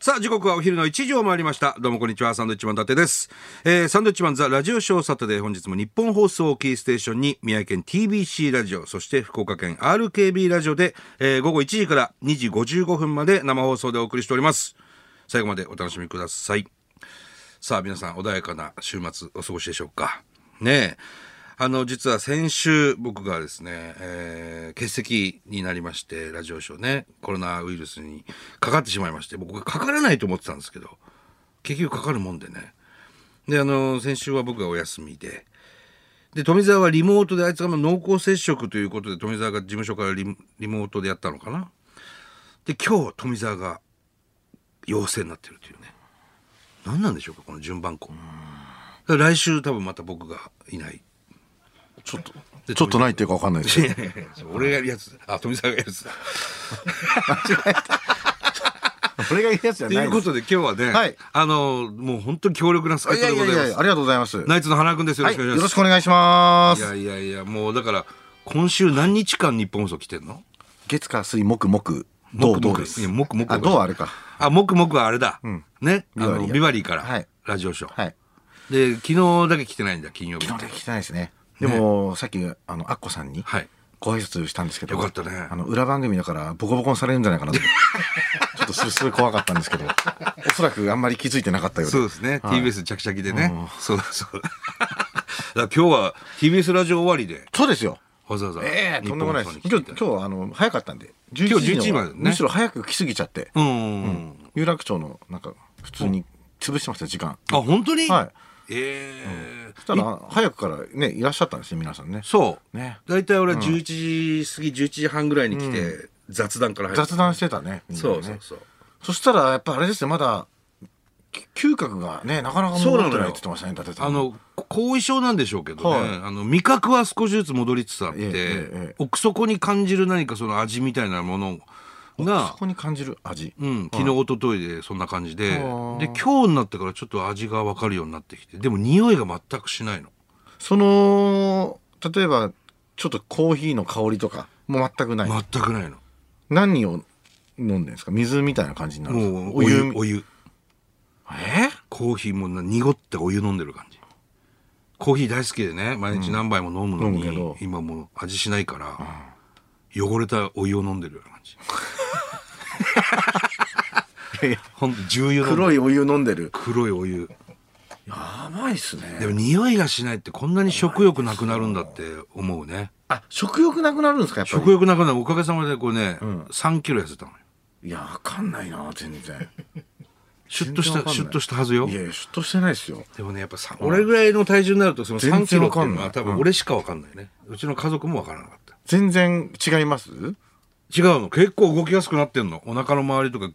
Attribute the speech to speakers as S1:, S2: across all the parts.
S1: さあ、時刻はお昼の1時を回りました。どうもこんにちは、サンドウィッチマン伊達です。えー、サンドウィッチマンザラジオショーサタデー、本日も日本放送をキーステーションに、宮城県 TBC ラジオ、そして福岡県 RKB ラジオで、えー、午後1時から2時55分まで生放送でお送りしております。最後までお楽しみください。さあ、皆さん、穏やかな週末お過ごしでしょうか。ねえ。あの、実は先週僕がですね、えー、欠席になりまして、ラジオショーね、コロナウイルスにかかってしまいまして、僕かからないと思ってたんですけど、結局かかるもんでね。で、あの、先週は僕がお休みで、で、富澤はリモートで、あいつが濃厚接触ということで、富澤が事務所からリリモートでやったのかな。で、今日、富澤が陽性になってるというね。何なんでしょうか、この順番こう。来週多分また僕がいない。
S2: ちょっと、ちょっとないっていうかわかんないですけど。
S1: 俺がやるやつ。あ、富澤がやるやつだ。
S2: 俺がやるやつじゃない
S1: ということで今日はね、はい、あの、もう本当に強力な助っ人でございます。
S2: ありがとうございます。
S1: ナイツの花君です。よろしくお願いします。
S2: よろしくお願いします。
S1: いやいやいや、もうだから、今週何日間日本放送来てんの
S2: 月火水木木。どうどうです。
S1: 木木。
S2: あ、どうあれか。
S1: あ、木木はあれだ。ね。あの、ビバリーから、ラジオショー。で、昨日だけ来てないんだ、金曜日。
S2: 昨日だけ来てないですね。でも、さっき、あの、アッコさんに、ご挨拶したんですけど、
S1: よかったね。
S2: あの、裏番組だから、ボコボコにされるんじゃないか なと。ちょっとすごい怖かったんですけど、おそらくあんまり気づいてなかったよう
S1: そうですね。TBS 着々でね。そう そうだ。今日は TBS ラジオ終わりで。
S2: そうですよ。
S1: わざわざ。
S2: ええとんでもないです。今日は、あの、早かったんで、
S1: 今日11時まで
S2: むしろ早く来すぎちゃって、
S1: うん。
S2: 有楽町の、なんか、普通に潰してました、時間。
S1: あ、本当に
S2: はい。
S1: え
S2: えそしたら早くからねいらっしゃったんですよ皆さんね
S1: そう
S2: ね
S1: 大体俺11時過ぎ11時半ぐらいに来て雑談から
S2: 雑談してたね
S1: そうそうそう
S2: そしたらやっぱあれですねまだ嗅覚がねなかなか戻ってないって言ってましたね伊達
S1: さんあの後遺症なんでしょうけどねあの味覚は少しずつ戻りつつあって奥底に感じる何かその味みたいなものが
S2: 奥底に感じる味
S1: うん昨日一昨日でそんな感じでで今日になってからちょっと味が分かるようになってきてでも匂いが全くしないの
S2: その例えばちょっとコーヒーの香りとかも全くない
S1: 全くないの
S2: 何を飲んでるんですか水みたいな感じになるん
S1: ですかお湯お湯
S2: え
S1: コーヒーも濁ってお湯飲んでる感じコーヒー大好きでね毎日何杯も飲むのに、うん、今もう味しないから、うん、汚れたお湯を飲んでるような感じほんと重油
S2: 黒いお湯飲んでる
S1: 黒いお湯
S2: やばいっすね
S1: でも匂いがしないってこんなに食欲なくなるんだって思うね
S2: あ食欲なくなるんですかやっぱ
S1: り食欲なくなるおかげさまでこれね、うん、3キロ痩せたのよ
S2: いやわかんないな全然
S1: シュッとしたシュッとしたはずよ
S2: いやシュッとしてないですよ
S1: でもねやっぱ俺ぐらいの体重になるとその3キロっていうのは多分俺しかわかんないね、うん、うちの家族もわからなかった
S2: 全然違います
S1: 違うの結構動きやすくなってんのお腹の周りとか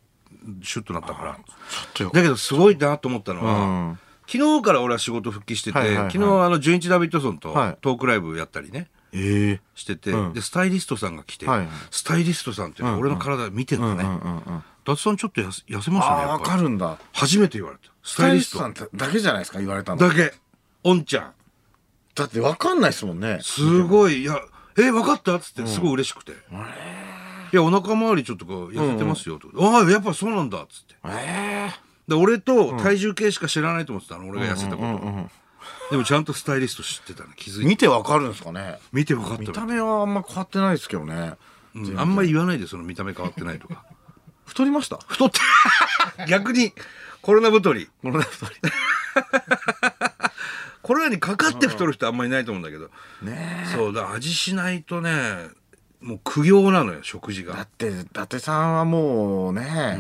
S1: シュッとなったからだけどすごいなと思ったのは、うん、昨日から俺は仕事復帰してて、昨日あの純一ダビッドソンとトークライブやったりね、
S2: えー、
S1: してて、うん、でスタイリストさんが来て、はいはい、スタイリストさんって俺の体見てるのね伊達さんちょっと痩せましたね
S2: わかるんだ
S1: 初めて言われた
S2: スタイリストさんだけじゃないですか言われたの
S1: だけおんちゃん
S2: だってわかんないですもんね
S1: すごいいやえー、分かったっつってすごい嬉しくて、うん、あれいや、お腹周りちょっと痩せてますよ、と。ああ、やっぱそうなんだ、っつって。
S2: え
S1: え俺と体重計しか知らないと思ってたの、俺が痩せたこと。でもちゃんとスタイリスト知ってたね、気づいて。
S2: 見てわかるんですかね
S1: 見てわかった。見
S2: た目はあんま変わってないですけどね。
S1: あんまり言わないで、その見た目変わってない とか。
S2: 太りました
S1: 太って逆に、コロナ太り。
S2: コロナ太り。
S1: コロナにかかって太る人あんまりいないと思うんだけど。
S2: ね
S1: そう、だ味しないとね、もう苦行なのよ食事が
S2: だって伊達さんはもうね、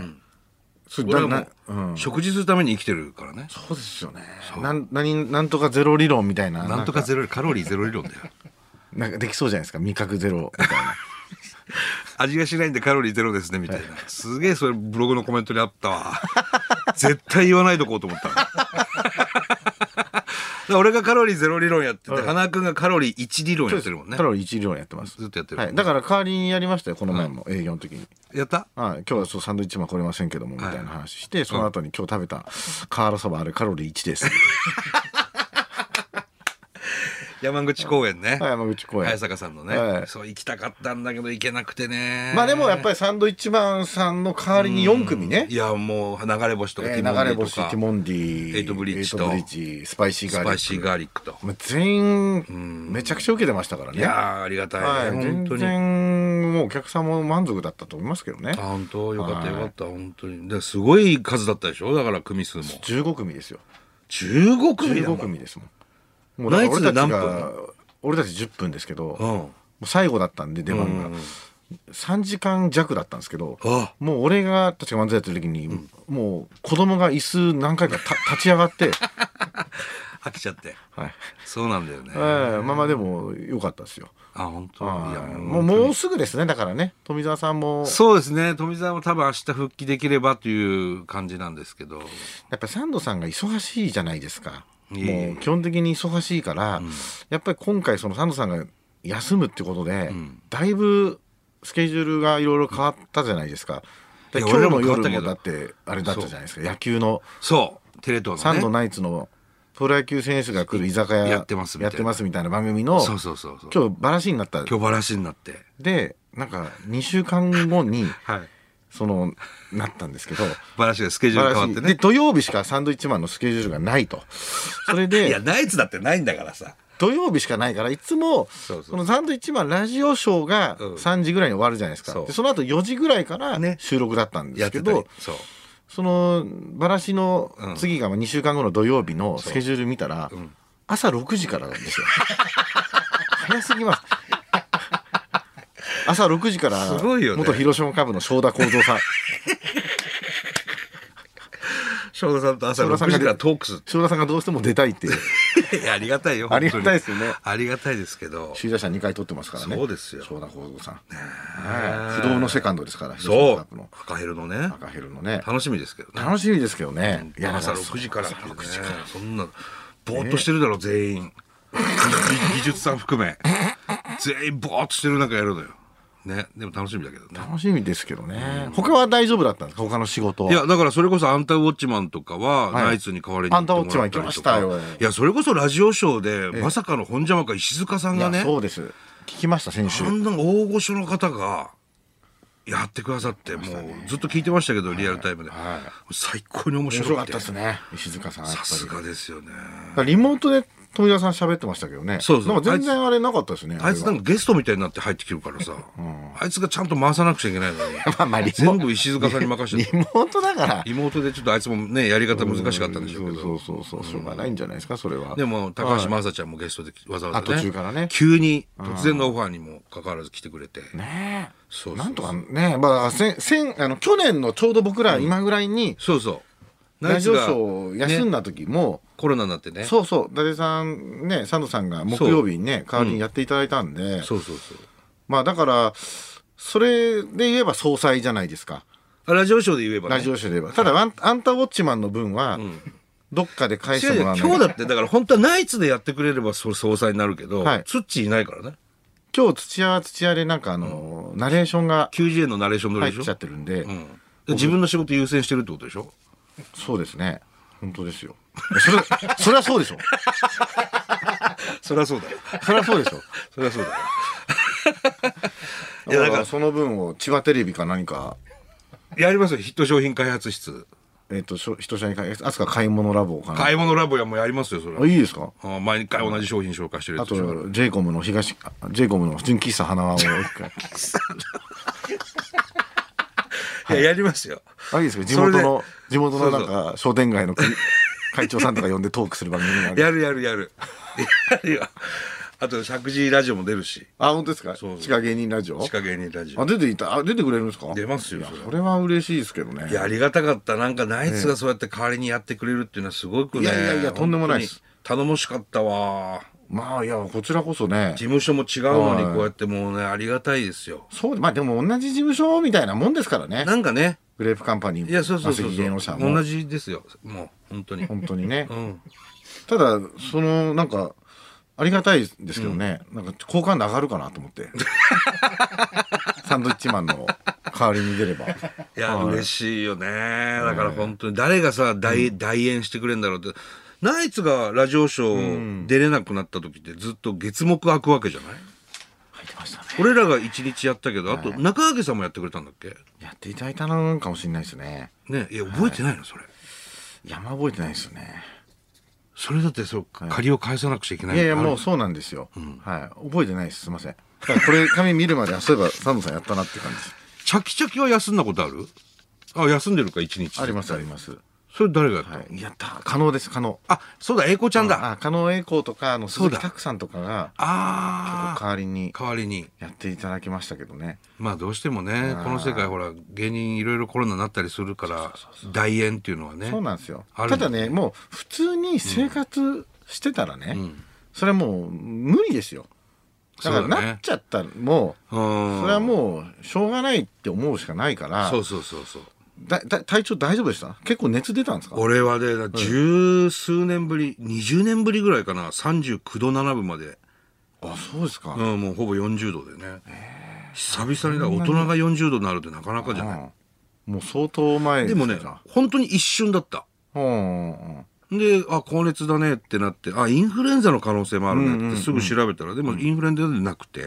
S1: それはもう、食事するために生きてるからね
S2: そうですよねなん何なんとかゼロ理論みたいな
S1: なんとかゼロカロリーゼロ理論だよ
S2: なんかできそうじゃないですか味覚ゼロみたい な
S1: 味がしないんでカロリーゼロですねみたいな、すげえそれブログのコメントにあったわ 絶対言わないとこうと思 った俺がカロリーゼロ理論やってて、花君がカロリー1理論やってるもんね。
S2: カロリー1理論やってます。。
S1: ずっとやってる、はい
S2: だから代わりにやりましたよ、この前も営業の時に。
S1: やった
S2: はい。今日はそうサンドイッチマン来れませんけども、みたいな話して、その後に今日食べた瓦そばあれカロリー1です。
S1: 山口公園ね。
S2: はい山口公園
S1: 早坂さんのね、
S2: はい
S1: そう行きたかったんだけど行けなくてね。
S2: まあでもやっぱりサンドイッチマンさんの代わりに4組ね
S1: い、やもう流れ星とか、
S2: え
S1: ティモン
S2: ー
S1: デ
S2: 流
S1: ィ
S2: れ
S1: と
S2: 星
S1: か
S2: ティモンディ
S1: エイトブリッジと
S2: エイトブリッジスパイシー
S1: ス
S2: ガーリ
S1: パイ
S2: ッ
S1: シー
S2: ク
S1: ガーリックと。
S2: もう全員めちゃくちゃ受けてましたからね
S1: いやーありがたいね、
S2: はい、
S1: 本当
S2: 全
S1: に。
S2: 然もうお客さんも満足だったと思いますけどね
S1: あ本当よかった
S2: はい
S1: よかった、本当にですごい数だったでしょだから組数も
S2: 15組ですよ
S1: 15組だもん
S2: 15組ですもんもうだから
S1: ナイツで
S2: 俺た
S1: 何
S2: ち
S1: 分
S2: が俺たち10分ですけど、
S1: う
S2: も
S1: ん
S2: う最後だったんで出番が、3時間弱だったんですけど
S1: あ
S2: もう俺が確か漫才やってる時に、もう子供が椅子何回 かた立ち上がって、
S1: 飽きちゃって
S2: はい
S1: そうなんだよね、
S2: ええまあまあでも良かったですよ
S1: あ本当いや
S2: はい
S1: も
S2: も
S1: う
S2: うもうすぐですねだからね富澤さんも
S1: そうですね富澤も多分明日復帰できればという感じなんですけど
S2: やっぱりサンドさんが忙しいじゃないですか。
S1: いえいえ
S2: もう基本的に忙しいから、やっぱり今回そのサンドさんが休むってことで、だいぶスケジュールがいろいろ変わったじゃないですか。で
S1: いや
S2: 今日の
S1: 俺らも変わった
S2: 夜
S1: けど
S2: もだってあれだったじゃないですか野球の
S1: そうテレ東
S2: サン
S1: の
S2: ド
S1: ね
S2: ナイツのプロ野球選手が来る居酒屋
S1: やってますみた
S2: や
S1: い
S2: っ
S1: な
S2: てますみたいな番組の
S1: そうそうそうそう
S2: 今日バラシになった
S1: 今日バラシになって
S2: でなんか2週間後に
S1: はい
S2: そのなったんですけど。
S1: バラシが スケジュール変わって
S2: で
S1: ね
S2: 土曜日しかサンドイッチマンのスケジュールがないとそれ
S1: い
S2: で
S1: やナイツだってないんだからさ
S2: 土曜日しかないからいつも
S1: そうそう
S2: このサンドイッチマンラジオショーが
S1: うん
S2: 3時ぐらいに終わるじゃないですか、
S1: そう
S2: でその後4時ぐらいから
S1: ね
S2: 収録だったんで
S1: や
S2: す
S1: っ
S2: け
S1: てた
S2: ど、
S1: りそう
S2: そのバラシの
S1: うん
S2: 次が2週間後の土曜日のスケジュール見たら、
S1: ん
S2: 朝6時からなんですよ 早すぎます朝6時から
S1: すごいよね
S2: 元広島株の正田幸三さん
S1: 翔太さんと朝6
S2: 翔太さん
S1: 時
S2: が
S1: からトークす
S2: 正田さんがどうしても出たいっていう
S1: るいやありがたいよ本当に
S2: ありがたいですよね
S1: ありがたいですけど
S2: 首位打者2回取ってますからね
S1: そうですよ
S2: 正田幸三さん、はい不動のセカンドですから広島
S1: そ
S2: カップ
S1: う
S2: の
S1: 赤ヘルのね
S2: 赤ヘルのね
S1: 楽しみですけどね
S2: 楽しみですけどねいやだ
S1: 朝
S2: から
S1: 6時からっていうね
S2: 朝6時から
S1: そんなぼーっとしてるだろ全員技術さん含め全員ぼーっとしてる中やるのよねでも楽しみだけどね
S2: 楽しみですけどね他は大丈夫だったんですか他の仕事はい
S1: やだからそれこそアンタウォッチマンとかは
S2: はい
S1: ナイツに代わりに行ってもらったりとか
S2: アンタウォッチマン行きましたよ
S1: いやそれこそラジオショーでまさかの本邪魔か石塚さん
S2: い
S1: が
S2: や
S1: ね
S2: そうです聞きました先週
S1: あんな大御所の方がやってくださってもうずっと聞いてましたけどリアルタイムで最高に面
S2: 面白
S1: 白
S2: か
S1: く
S2: ってたですね石塚さんやっぱ
S1: さ
S2: り
S1: すがですよね
S2: だからリモートで富田さん喋ってましたけどね
S1: そうそう
S2: なんか全然あれなかったですね
S1: あいつな
S2: れ
S1: んかゲストみたいになって入ってきるからさ、あいつがちゃんと回さなくちゃいけないのに
S2: まあまあリモ
S1: 全部石塚さんに任せ
S2: リ
S1: て
S2: モートだから
S1: 妹でちょっとあいつもねやり方難しかったんでしょうけど
S2: そうそうそうそうしょうがないんじゃないですかそれは
S1: でも高橋
S2: はい
S1: 真麻ちゃんもゲストでわざわざ、ね、
S2: あ途中からね
S1: 急に突然のオファーにもかかわらず来てくれて、
S2: ねえ
S1: そうそう
S2: なんとかねまあせんせんあの去年のちょうど僕ら今ぐらいに
S1: そうそう
S2: ラジオショーを
S1: ー
S2: 休ん
S1: ね、
S2: だ時も
S1: コロナになってね
S2: そうそう伊達さんねサンドさんが木曜日にね代わりにやっていただいたんで
S1: そうそうそう
S2: まあだからそれで言えば総裁じゃないですか
S1: あラジオショーで言えば、ね、
S2: ラジオショーで言えばただアンアンタウォッチマンの分はどっかで返して
S1: 違う違う
S2: もらわない
S1: 今日だってだから本当はナイツでやってくれればそ総裁になるけど、
S2: はい
S1: ツッチーいないからね
S2: 今日土屋は土屋でなんかあのナレーションが
S1: 90円のナレーション撮り
S2: 入
S1: で
S2: っ
S1: し
S2: ちゃ
S1: ょ
S2: っ、てるんで
S1: うん、で自分の仕事優先してるってことでしょ
S2: そうですね本当ですよそれ それはそうでしょ
S1: そりゃ そうだよ。
S2: それはそうでしょ
S1: そりゃそうだよ。い
S2: い
S1: や
S2: や
S1: だか
S2: だかららその分を千葉テレビか何か
S1: やりますよ、ヒット商品開発室。
S2: えっ、としょ人社に買いあすか買い物ラボかな
S1: 買い物ラボやもうやりますよ、それ
S2: あ
S1: は。
S2: いいですか
S1: あ毎回同じ商品紹介してるや
S2: あ
S1: つでしょ。
S2: とジェイコムの東あジェイコムの純喫茶花輪を 一回
S1: いや、やりますよ。
S2: あいいですか地
S1: それで
S2: 元の地元の
S1: そ
S2: な
S1: うんそう
S2: か商店街の組会長さんとか呼んでトークする番組が ある
S1: やるやるやる。やるよ。あと、石神井ラジオも出るし、
S2: あ本当ですか
S1: そうそう
S2: 地下芸人ラジオ
S1: 地下芸人ラジ
S2: あ
S1: オ。
S2: 出ていたあ出てくれるんですか
S1: 出ますよ
S2: いや
S1: それは
S2: それは嬉しいですけどね
S1: いや、ありがたかった。なんか、ナイツがそうやって代わりにやってくれるっていうのはすごくね。
S2: いやいやいやとんでもないです
S1: 本当に頼もしかったわ。
S2: まあいやこちらこそね
S1: 事務所も違うのに、
S2: はい
S1: こうやってもうね、ありがたいですよ。
S2: そうまあでも同じ事務所みたいなもんですからね
S1: なんかね、
S2: グレープカンパニー
S1: いや、そうそうそう
S2: マセキ
S1: そ
S2: 芸能
S1: う。
S2: 者も
S1: 同じですよ。もう、本当に。
S2: 本当にね
S1: うん。
S2: ただそのなんかありがたいですけどね、なんか好感度上がるかなと思って サンドイッチマンの代わりに出れば
S1: いや、
S2: はい
S1: 嬉しいよね。だから本当に、誰がさ、代代演してくれるんだろうって。ナイツがラジオショー出れなくなった時ってずっと月目開くわけじゃない
S2: 入ってましたね
S1: 俺らが一日やったけど、あと中揚さんもやってくれたんだっけ
S2: やっていただいたのかもしれないですね
S1: ねいや、覚えてないの、それ。
S2: 山覚えてないですよね
S1: それだって、そう、借りを返さなくちゃいけない
S2: い
S1: の
S2: や
S1: か
S2: いやもうそうなんですよ、はい覚えてないですすいませんだからこれ紙見るまであそういえばサンドさんやったなって感じ
S1: チャキチャキは休んだことあるあ、休んでるか、一日。
S2: ありますあります
S1: それ誰がやったの、
S2: はいやった可能です可能
S1: あ、そうだ、栄子ちゃんだ。あ
S2: あ加納栄光とかあの鈴
S1: そう
S2: 木
S1: だ
S2: 拓さんとかが
S1: あ
S2: 代わりに
S1: ー。代わりに。
S2: やっていただきましたけどね
S1: まあどうしてもね、この世界ほら、芸人いろいろコロナになったりするから、大円っていうのはね。
S2: そうなんですよ
S1: ある
S2: ただねもう普通に生活してたらね、それはもう無理ですよだから
S1: そうだね
S2: なっちゃったらもう
S1: うん。
S2: それはもうしょうがないって思うしかないから
S1: そうそうそうそう。
S2: だだ体調大丈夫でした結構熱出たんですか
S1: 俺はね、だ十数年ぶり、20年ぶりぐらいかな、39度7分まで、
S2: あそうですか、
S1: うん、もうほぼ40度でね。久々にだ、大人が40度になるってなかなかじゃない。
S2: うんもう相当前
S1: でもね、本当に一瞬だった。
S2: うんうんうん
S1: で、あ、高熱だねってなって、あ、インフルエンザの可能性もあるねってすぐ調べたら、でもインフルエンザでなくて、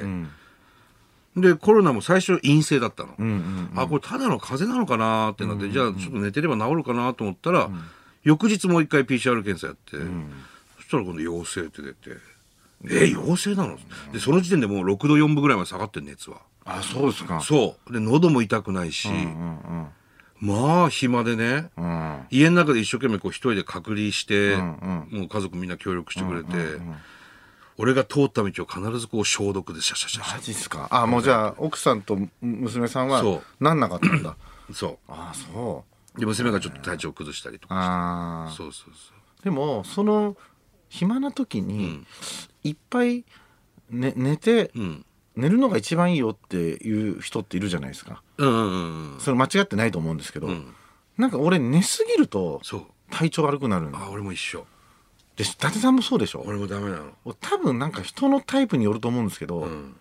S1: で、コロナも最初陰性だったの。あ、これただの風邪なのかなってなって、じゃあちょっと寝てれば治るかなと思ったら、翌日もう一回 PCR 検査やって、そしたら今度陽性って出て、え、陽性なので、その時点でもう6度4分ぐらいまで下がってる熱は。
S2: あそうですか
S1: そう。で、喉も痛くないし、
S2: うん
S1: まあ暇でね、
S2: うんうん
S1: 家の中で一生懸命こう一人で隔離して、もう家族みんな協力してくれて、俺が通った道を必ずこう消毒でシャシャシャシ
S2: マジっすかあもうじゃあ奥さんと娘さんは
S1: そう
S2: なんなかったんだ
S1: ャそ
S2: あそう
S1: で娘がちょっと体調崩したりと
S2: う
S1: か
S2: あー
S1: そうそうそ
S2: でもその暇な時にいっぱい、ね、寝て、
S1: ううん
S2: 寝るのが一番いいよっていう人っているじゃないですか
S1: うんうんうんうん
S2: それ間違ってないと思うんですけど、
S1: ん
S2: なんか俺寝すぎると
S1: そう
S2: 体調悪くなるんで
S1: あ俺も一緒
S2: 伊達さんもそうでしょ
S1: 俺もダメなの
S2: 多分なんか人のタイプによると思うんですけど、
S1: ん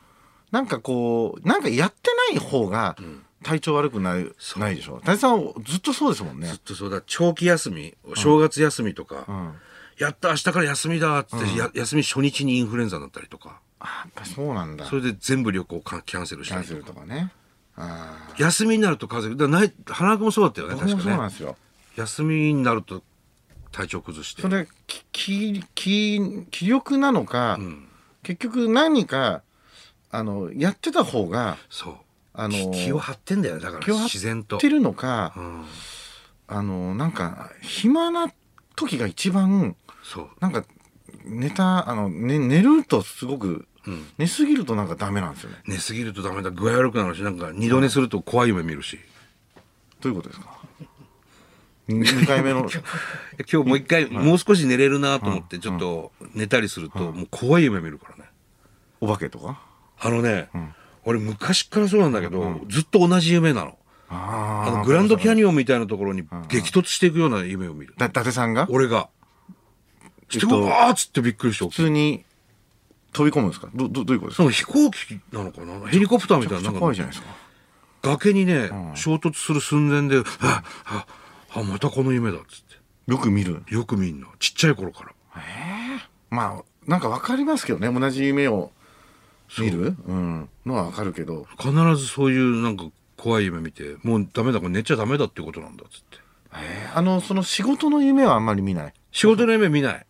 S2: なんかこうなんかやってない方が体調悪くな,、いないでしょ伊達さんはずっとそうですもんね
S1: ずっ、とそうだ長期休み正月休みとか、
S2: うん、
S1: やった明日から休みだっつって、や休み初日にインフルエンザになったりとか
S2: あやっぱそうなんだ
S1: それで全部旅行かキャンセルし
S2: キ
S1: た
S2: ャン
S1: り
S2: セ
S1: とか
S2: ルとかねあー
S1: 休みになると風邪だからない花輪君もそうだったよね
S2: 僕
S1: 確
S2: もそ
S1: か
S2: う
S1: ね
S2: なんですよ、
S1: 休みになると体調崩して
S2: それききき気力なのか、結局何かあのやってた方が
S1: そう
S2: あの
S1: 気気を張ってんだよねだか
S2: 気
S1: ら
S2: を張
S1: 自然と
S2: ってるのか、
S1: うん、
S2: あのなんか暇な時が一番
S1: そう
S2: なんか寝たあの、ね、寝るとすごく、
S1: うん
S2: 寝すぎるとなんかダメなんですよね
S1: 寝すぎるとダメだ具合悪くなるしなんか二度寝すると怖い夢見るし
S2: どういうことで すか2回目の
S1: 今日もう一回、もう少し寝れるなと思って、ちょっと寝たりすると、もう怖い夢見るからね
S2: お化けとか
S1: あのね、俺昔からそうなんだけど、ずっと同じ夢なの
S2: あ
S1: あ
S2: ー
S1: のグランドキャニオンみたいなところに激突していくような夢を見る、
S2: だ伊達さんが
S1: 俺がして
S2: えっと
S1: うわーっつってびっくりして起きる
S2: 普通に飛び込むんですかどどどういうことですか
S1: なんか飛行機なのかなヘリコプターみたい
S2: めち
S1: ななん
S2: ゃくちゃ
S1: か
S2: 怖いじゃないですか
S1: 崖にね、衝突する寸前で「あああまたこの夢だ」っつっ
S2: よく見る
S1: てよく見んのちっちゃい頃から
S2: まあなんかわかりますけどね同じ夢を見るう、ん、のはわかるけど
S1: 必ずそういうなんか怖い夢見てもうダメだこれ寝ちゃダメだっていうことなんだっつって
S2: あのその仕事の夢はあんまり見ない
S1: 仕事の夢見ない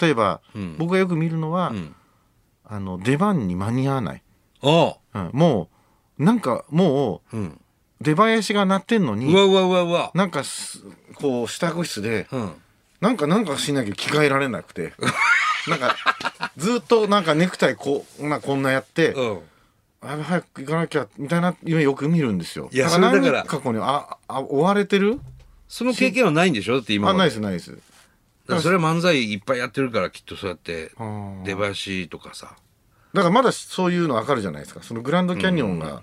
S2: 例えば、
S1: ん
S2: 僕がよく見るのは、
S1: ん
S2: あの出番に間に合わない、
S1: あ
S2: うん、もうなんかも
S1: あうん
S2: う出囃子が鳴ってんの
S1: う
S2: に
S1: わうわうわうわ
S2: なんかすこう下ご室で
S1: うん
S2: なんかなんかしなきゃ着替えられなく てなんかずっとなんかネクタイこうなこんなやって、
S1: うん
S2: あ早く行かなきゃみたいな夢よく見るんですよ。
S1: いや
S2: から
S1: それだから
S2: 何過去にああ追われてる
S1: その経験はないんでしょだって今
S2: あ
S1: まで
S2: ないですないです。
S1: だからそれは漫才いっぱいやってるからきっとそうやって
S2: ー
S1: 出囃子とかさ
S2: だからまだそういうのわかるじゃないですか。そのグランドキャニオンが、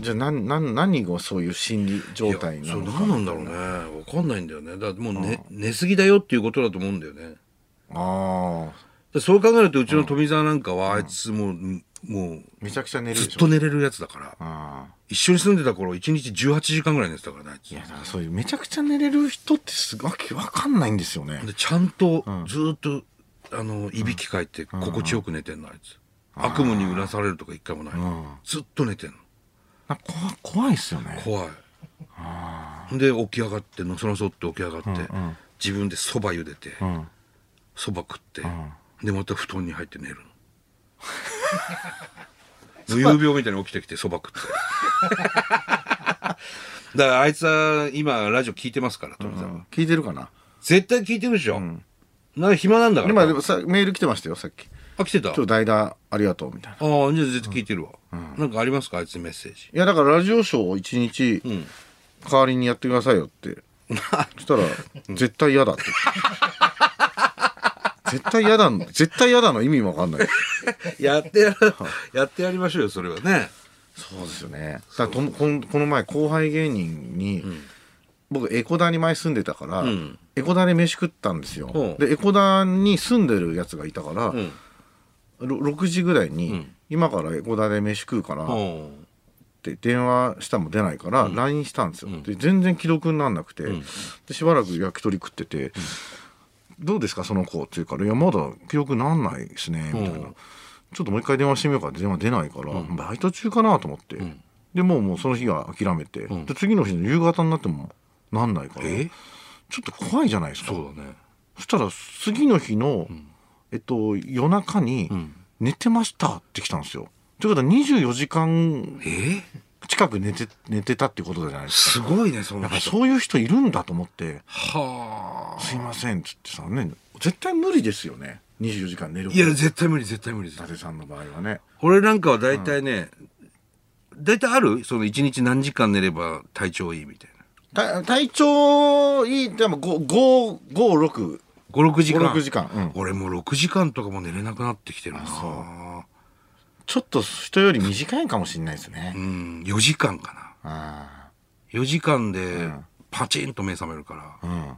S2: じゃあ何何何がそういう心理状態
S1: いや
S2: な
S1: そう何
S2: のか。
S1: なんだろうねわかんないんだよねだからもう寝寝すぎだよっていうことだと思うんだよね
S2: ああ
S1: でそう考えるとうちの富澤なんかはあいつもうもう
S2: めちゃくちゃ寝る
S1: ずっ
S2: でしょ
S1: と寝れるやつだから
S2: ああ
S1: 一緒に住んでた頃1日18時間ぐらい寝てたからねあいつ
S2: いやだからそういうめちゃくちゃ寝れる人ってすわけわかんないんですよね
S1: でちゃんとずーっと、あのいびきかいて心地よく寝てんのあいつ、悪夢にうなされるとか一回もない、
S2: ん
S1: ずっと寝てんの
S2: なんかこわ怖いですよね
S1: 怖いで起き上がってのそのそって起き上がって、自分でそば茹でて
S2: うん
S1: そば、食って、でまた布団に入って寝 るの無遊病みたいに起きてきてそば 食ってだからあいつは今ラジオ聞いてますから富澤、
S2: 聞いてるかな
S1: 絶対聞いてるでしょ、なんか暇なんだから
S2: 今でもさメール来てましたよさっき
S1: あ来てた
S2: 「今日代打ありがとう」みたいな
S1: ああ、じゃあ絶対聞いてるわ。なんかありますかあいつメッセージ。
S2: いやだからラジオショーを一日代わりにやってくださいよって、そしたら絶対嫌だ って絶対嫌だの絶対嫌だの意味もわかんない
S1: やってやら、やってやりましょうよ、それはね。
S2: そうですよねだからとこのこの前後輩芸人に、僕エコダに前住んでたから、
S1: ん
S2: エコダで飯食ったんですよ、
S1: うん
S2: でエコダに住んでるやつがいたから、ろ6時ぐらいに、今からエコダで飯食うから、
S1: うん。
S2: って電話したも出ないから LINE したんですよ、で全然既読になんなくて、でしばらく焼き鳥食ってて「どうですかその子」って言うから「いやまだ既読なんないですね」みたいな、
S1: うん
S2: ちょっともう一回電話してみようか電話出ないから、バイト中かなと思って、でもうもうその日は諦めて、
S1: ん
S2: で次の日の夕方になってもなんないから
S1: え
S2: ちょっと怖いじゃないですか
S1: そうだね。
S2: そしたら次の日の、えっと、夜中に
S1: ん
S2: 「寝てました」って来たんですよ。ということは24時間
S1: え
S2: 近く寝て寝てたってことじゃないですか
S1: すごいね、そんな
S2: だか
S1: こ
S2: ら
S1: と。
S2: そういう人いるんだと思って
S1: は
S2: 「
S1: あ。
S2: すいません」っつってさね絶対無理ですよね24時間寝る
S1: いや、絶対無理、絶対無理
S2: 伊
S1: です。
S2: 達さんの場合はね
S1: 俺なんかは大体ね、大体あるその一日何時間寝れば体調いいみたいな。
S2: た体調いいでも556
S1: 5、6時間。
S2: 5 6時間うん
S1: 俺もう6時間とかも寝れなくなってきてるな。う。
S2: ちょっと人より短いかもしれないですね、
S1: ん、4時間かな。
S2: あ
S1: 4時間でパチンと目覚めるから。
S2: あうん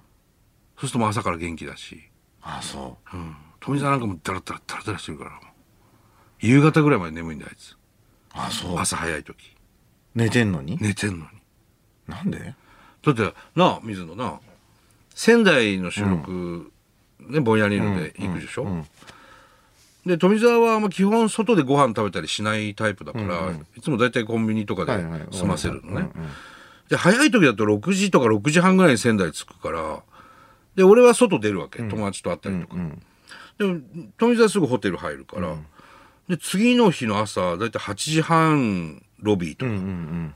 S1: そうするともう朝から元気だし。
S2: あそ
S1: うん、富澤なんかもダラダラダラダラしてるからもう夕方ぐらいまで眠いんだよあいつ
S2: うあそう
S1: 朝早い時
S2: 寝てんのに
S1: 寝てんのに
S2: なんで
S1: だってなあ水野なあ仙台の収録、ねぼんやりので行くでしょ、で富澤はまあ基本外でご飯食べたりしないタイプだから、いつも大体コンビニとかで
S2: はいはい
S1: 済ませるのね、で早い時だと6時とか6時半ぐらいに仙台着くからで俺は外出るわけ、友達と会ったりとか、でも富澤すぐホテル入るから、で次の日の朝大体8時半ロビーとか、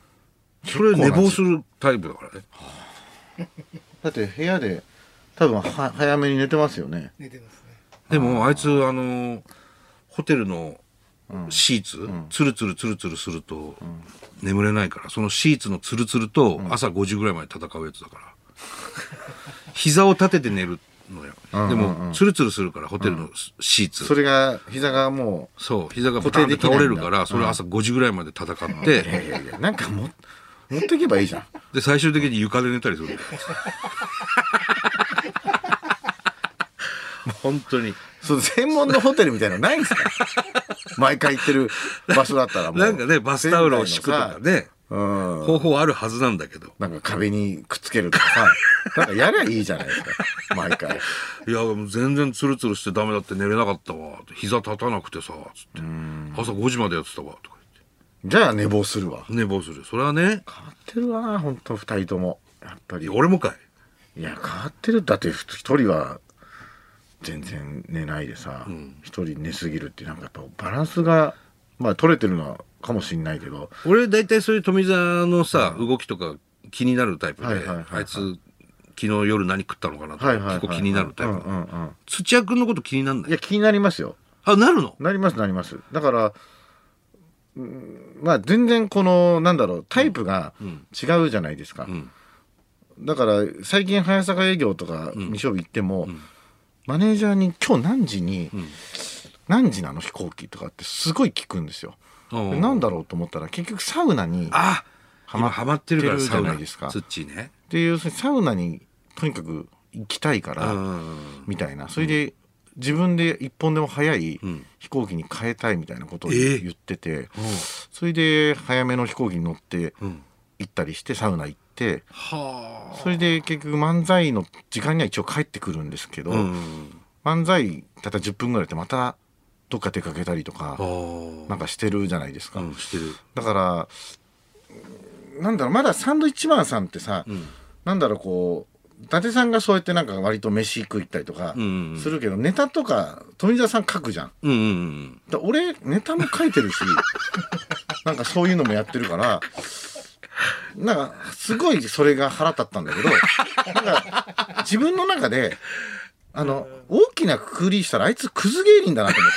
S1: それ寝坊するタイプだからね
S2: だって部屋で多分は早めに寝てますよね
S3: 寝てますね
S1: でもあいつあのホテルのシーツ、ツルツルツルツルすると眠れないからそのシーツのツルツルと朝5時ぐらいまで戦うやつだから、 膝を立てて寝るのよ、でもツルツルするからホテルのシーツ、
S2: それが膝がもう
S1: そう膝がバ
S2: 固
S1: ー
S2: 定
S1: ンっ
S2: で
S1: て
S2: きない
S1: 倒
S2: んだ
S1: れるからそれ朝5時ぐらいまで戦って、
S2: いやいやいやなんかも持ってけばいいじゃん
S1: で最終的に床で寝たりするん だよもう本当に
S2: そう専門のホテルみたいなのないんですか 毎回行ってる場所だったらもう
S1: なんかねバスタオルを敷くとかね
S2: うん
S1: 方法あるはずなんだけど
S2: なんか壁にくっつけるとかさなんかやりゃいいじゃないですか毎回
S1: いやもう全然ツルツルしてダメだって寝れなかったわ膝立たなくてさつって朝5時までやってたわとか言
S2: じゃあ寝坊するわ
S1: って寝坊するそれはね
S2: 変わってるな本当二人ともやっぱり
S1: いや
S2: い
S1: 俺もかい
S2: や変わってるだって一人は全然寝ないでさ一、人寝すぎるってなんかやっぱバランスがまあ取れてるのかもしんないけど
S1: 俺大体そういう富澤のさ、動きとか気になるタイプで、
S2: はいはいはいはい
S1: あいつ昨日夜何食ったのかなとか、
S2: はいはいはいはい
S1: 結構気になるタイプ、
S2: うんうんうん
S1: 土屋君のこと気になんないい
S2: や気になりますよ
S1: あなるの
S2: なりますなりますだからうんまあ全然このなんだろうタイプが違うじゃないですか、
S1: ん
S2: だから最近早坂営業とか日曜日行っても、マネージャーに「今日何時に、何時なの飛行機」とかってすごい聞くんですよ。
S1: おう
S2: なんだろうと思ったら結局サウナにっ
S1: あ
S2: ハマ
S1: 今ハマってるから
S2: ってるじ
S1: サ
S2: ゃ
S1: ウ
S2: な
S1: ナ
S2: いですか
S1: ツッチーね
S2: ていうサウナにとにかく行きたいから
S1: うん
S2: みたいなそれで自分で一本でも早い飛行機に変えたいみたいなことを
S1: ええ
S2: 言ってて、それで早めの飛行機に乗って行ったりしてサウナ行って
S1: は
S2: それで結局漫才の時間には一応帰ってくるんですけど、
S1: あうん
S2: 漫才たった10分ぐらいでまたどっか出かけたりと
S1: あ
S2: か
S1: ー
S2: なんかしてるじゃないですか。
S1: うんしてる
S2: だからうんなんだろうまだサンドイッチマンさんってさ、なんだろうこう伊達さんがそうやってなんか割と飯食いったりとか
S1: ん
S2: するけど、ネタとか富澤さん書くじゃん。
S1: うんうんうん
S2: だ俺ネタも書い てるしなんかそういうのもやってるからなんかすごいそれが腹立ったんだけどなんか自分の中であの大きなくくりしたらあいつクズ芸人だなと思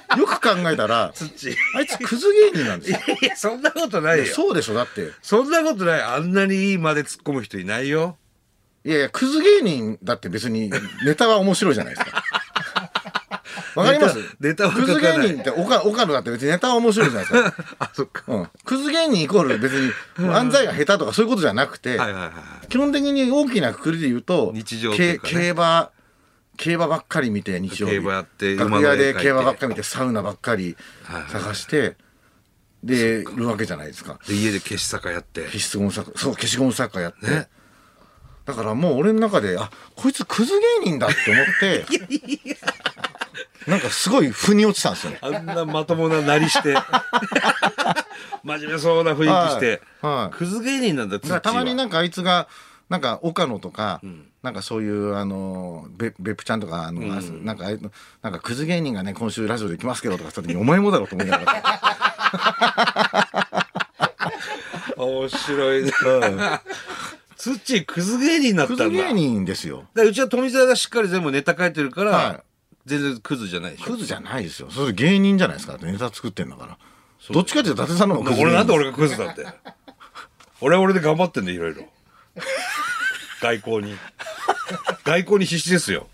S2: ってよく考えたら
S1: 土い
S2: あいつクズ芸人なんですよ
S1: やそんなこと ないよ
S2: そうでしょだって
S1: そんなことないあんなにいいまで突っ込む人いないよ
S2: いやいやクズ芸人だって別にネタは面白いじゃないですか わかります
S1: ネタネタは
S2: ク
S1: 書
S2: ズ
S1: か
S2: 芸
S1: ない
S2: 人って岡岡野だって別にネタは面白いじゃないですか
S1: あそっか
S2: うん、クズ芸人イコール別に漫才が下手とかそういうことじゃなく
S1: は
S2: て、
S1: いはいはいはい
S2: 基本的に大きなくくりで言うと
S1: 日常とい
S2: け
S1: うかね
S2: 競馬競馬ばっかり見て日曜日
S1: 競馬やって
S2: 楽
S1: 馬の絵
S2: 屋
S1: 描いて
S2: で競馬ばっかり見てサウナばっかり
S1: はいはい
S2: 探してでいるわけじゃないですか
S1: で家で消し坂やって
S2: 消しゴム作家そう消しゴム作家やって、
S1: ね
S2: だからもう俺の中であこいつクズ芸人だって思って なんかすごい腑に落ちたん ですよね
S1: あんなまともななりして 真面目そうな雰囲気して、
S2: はいはい
S1: クズ芸人なんだ
S2: だからたまになんんかあいつがなんか岡野とか、なんかそういうあのべ別府ちゃんとかあの、あなんかああいうのなんかクズ芸人がね今週ラジオで来ますけどとかした時にお前もだろうと思 いながら
S1: 面白いなツッチークズ芸人になった
S2: ク
S1: んだ
S2: ズ芸人ですよ
S1: だからうちは富澤がしっかり全部ネタ書いてるから、
S2: はい
S1: 全然クズじゃないでしょ
S2: クズじゃないですよそれ芸人じゃないですかネタ作ってんだからどっちかっていうと伊達さんの方がクズ芸
S1: 俺
S2: 人
S1: なんで俺がクズだって俺は俺で頑張ってんだよいろいろ外交に外交に必死ですよ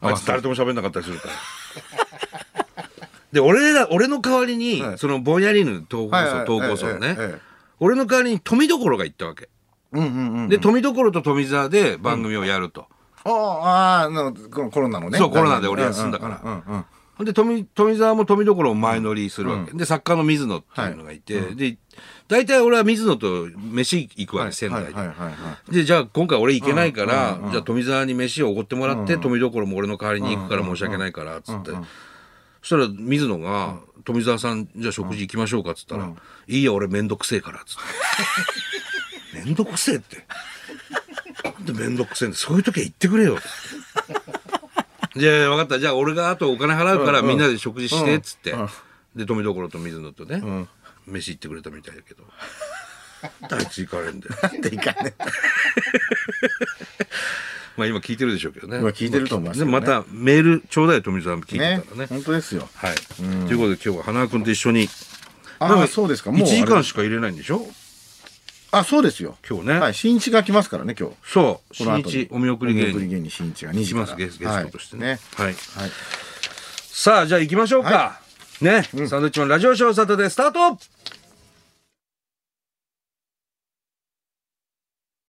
S1: あいつ誰とも喋んなかったりするからで俺ら俺の代わりに、
S2: はい
S1: そのぼんやりの投稿
S2: はいは
S1: 層
S2: い
S1: 投稿層ね、
S2: ええええ
S1: 俺の代わりに富所が行ったわけ、
S2: うんうんうん
S1: で富所と富澤で番組をやると、
S2: ああああのこのコロナのね
S1: そうコロナで俺休んだから
S2: うんうんうんうん
S1: ほんで富富澤も富所を前乗りするわけ、で作家の水野っていうのがいて、で大体俺は水野と飯行くわけ、仙台
S2: はい
S1: に
S2: はいはいは
S1: でじゃあ今回俺行けないから、じゃあ富澤に飯をおごってもらって、富所も俺の代わりに行くから申し訳ないからっつって、そしたら水野が「富澤さんじゃあ食事行きましょうか」っつったら「いいや俺めんどくせえから」っつ って「めんどくせえ」ってなんでめんどくせえんだそういう時は言ってくれ よっつって。じゃあ分かったじゃあ俺があとお金払うからみんなで食事してっつって、で富所と水野とね、飯 行ってくれたみたいだけどあいつ行かれんだよ
S2: いなんでいかね
S1: まあ今聞いてるでしょうけどね。
S2: 今聞いてると思いますけどね
S1: またメールちょうだい富澤聞いて
S2: ね
S1: たらね。
S2: 本当ですよ
S1: はい。ということで今日は花輪君と一緒に。
S2: あ
S1: なん
S2: あそうですかもう
S1: 1時
S2: あれ
S1: 間しか入れないんでしょ
S2: あそうですよ
S1: 今日ね。
S2: はい、新一が来ますからね、今日。
S1: そう。
S2: この
S1: 新
S2: 後に
S1: 日お見送り芸
S2: お見
S1: 人。
S2: 芸人新一が2時
S1: し
S2: か
S1: ま
S2: ら
S1: すゲスゲストとしてね。はい。
S2: はい。はい
S1: さあじゃあ行きましょうか。ね。サンドウィッチマンラジオショーサタデースタート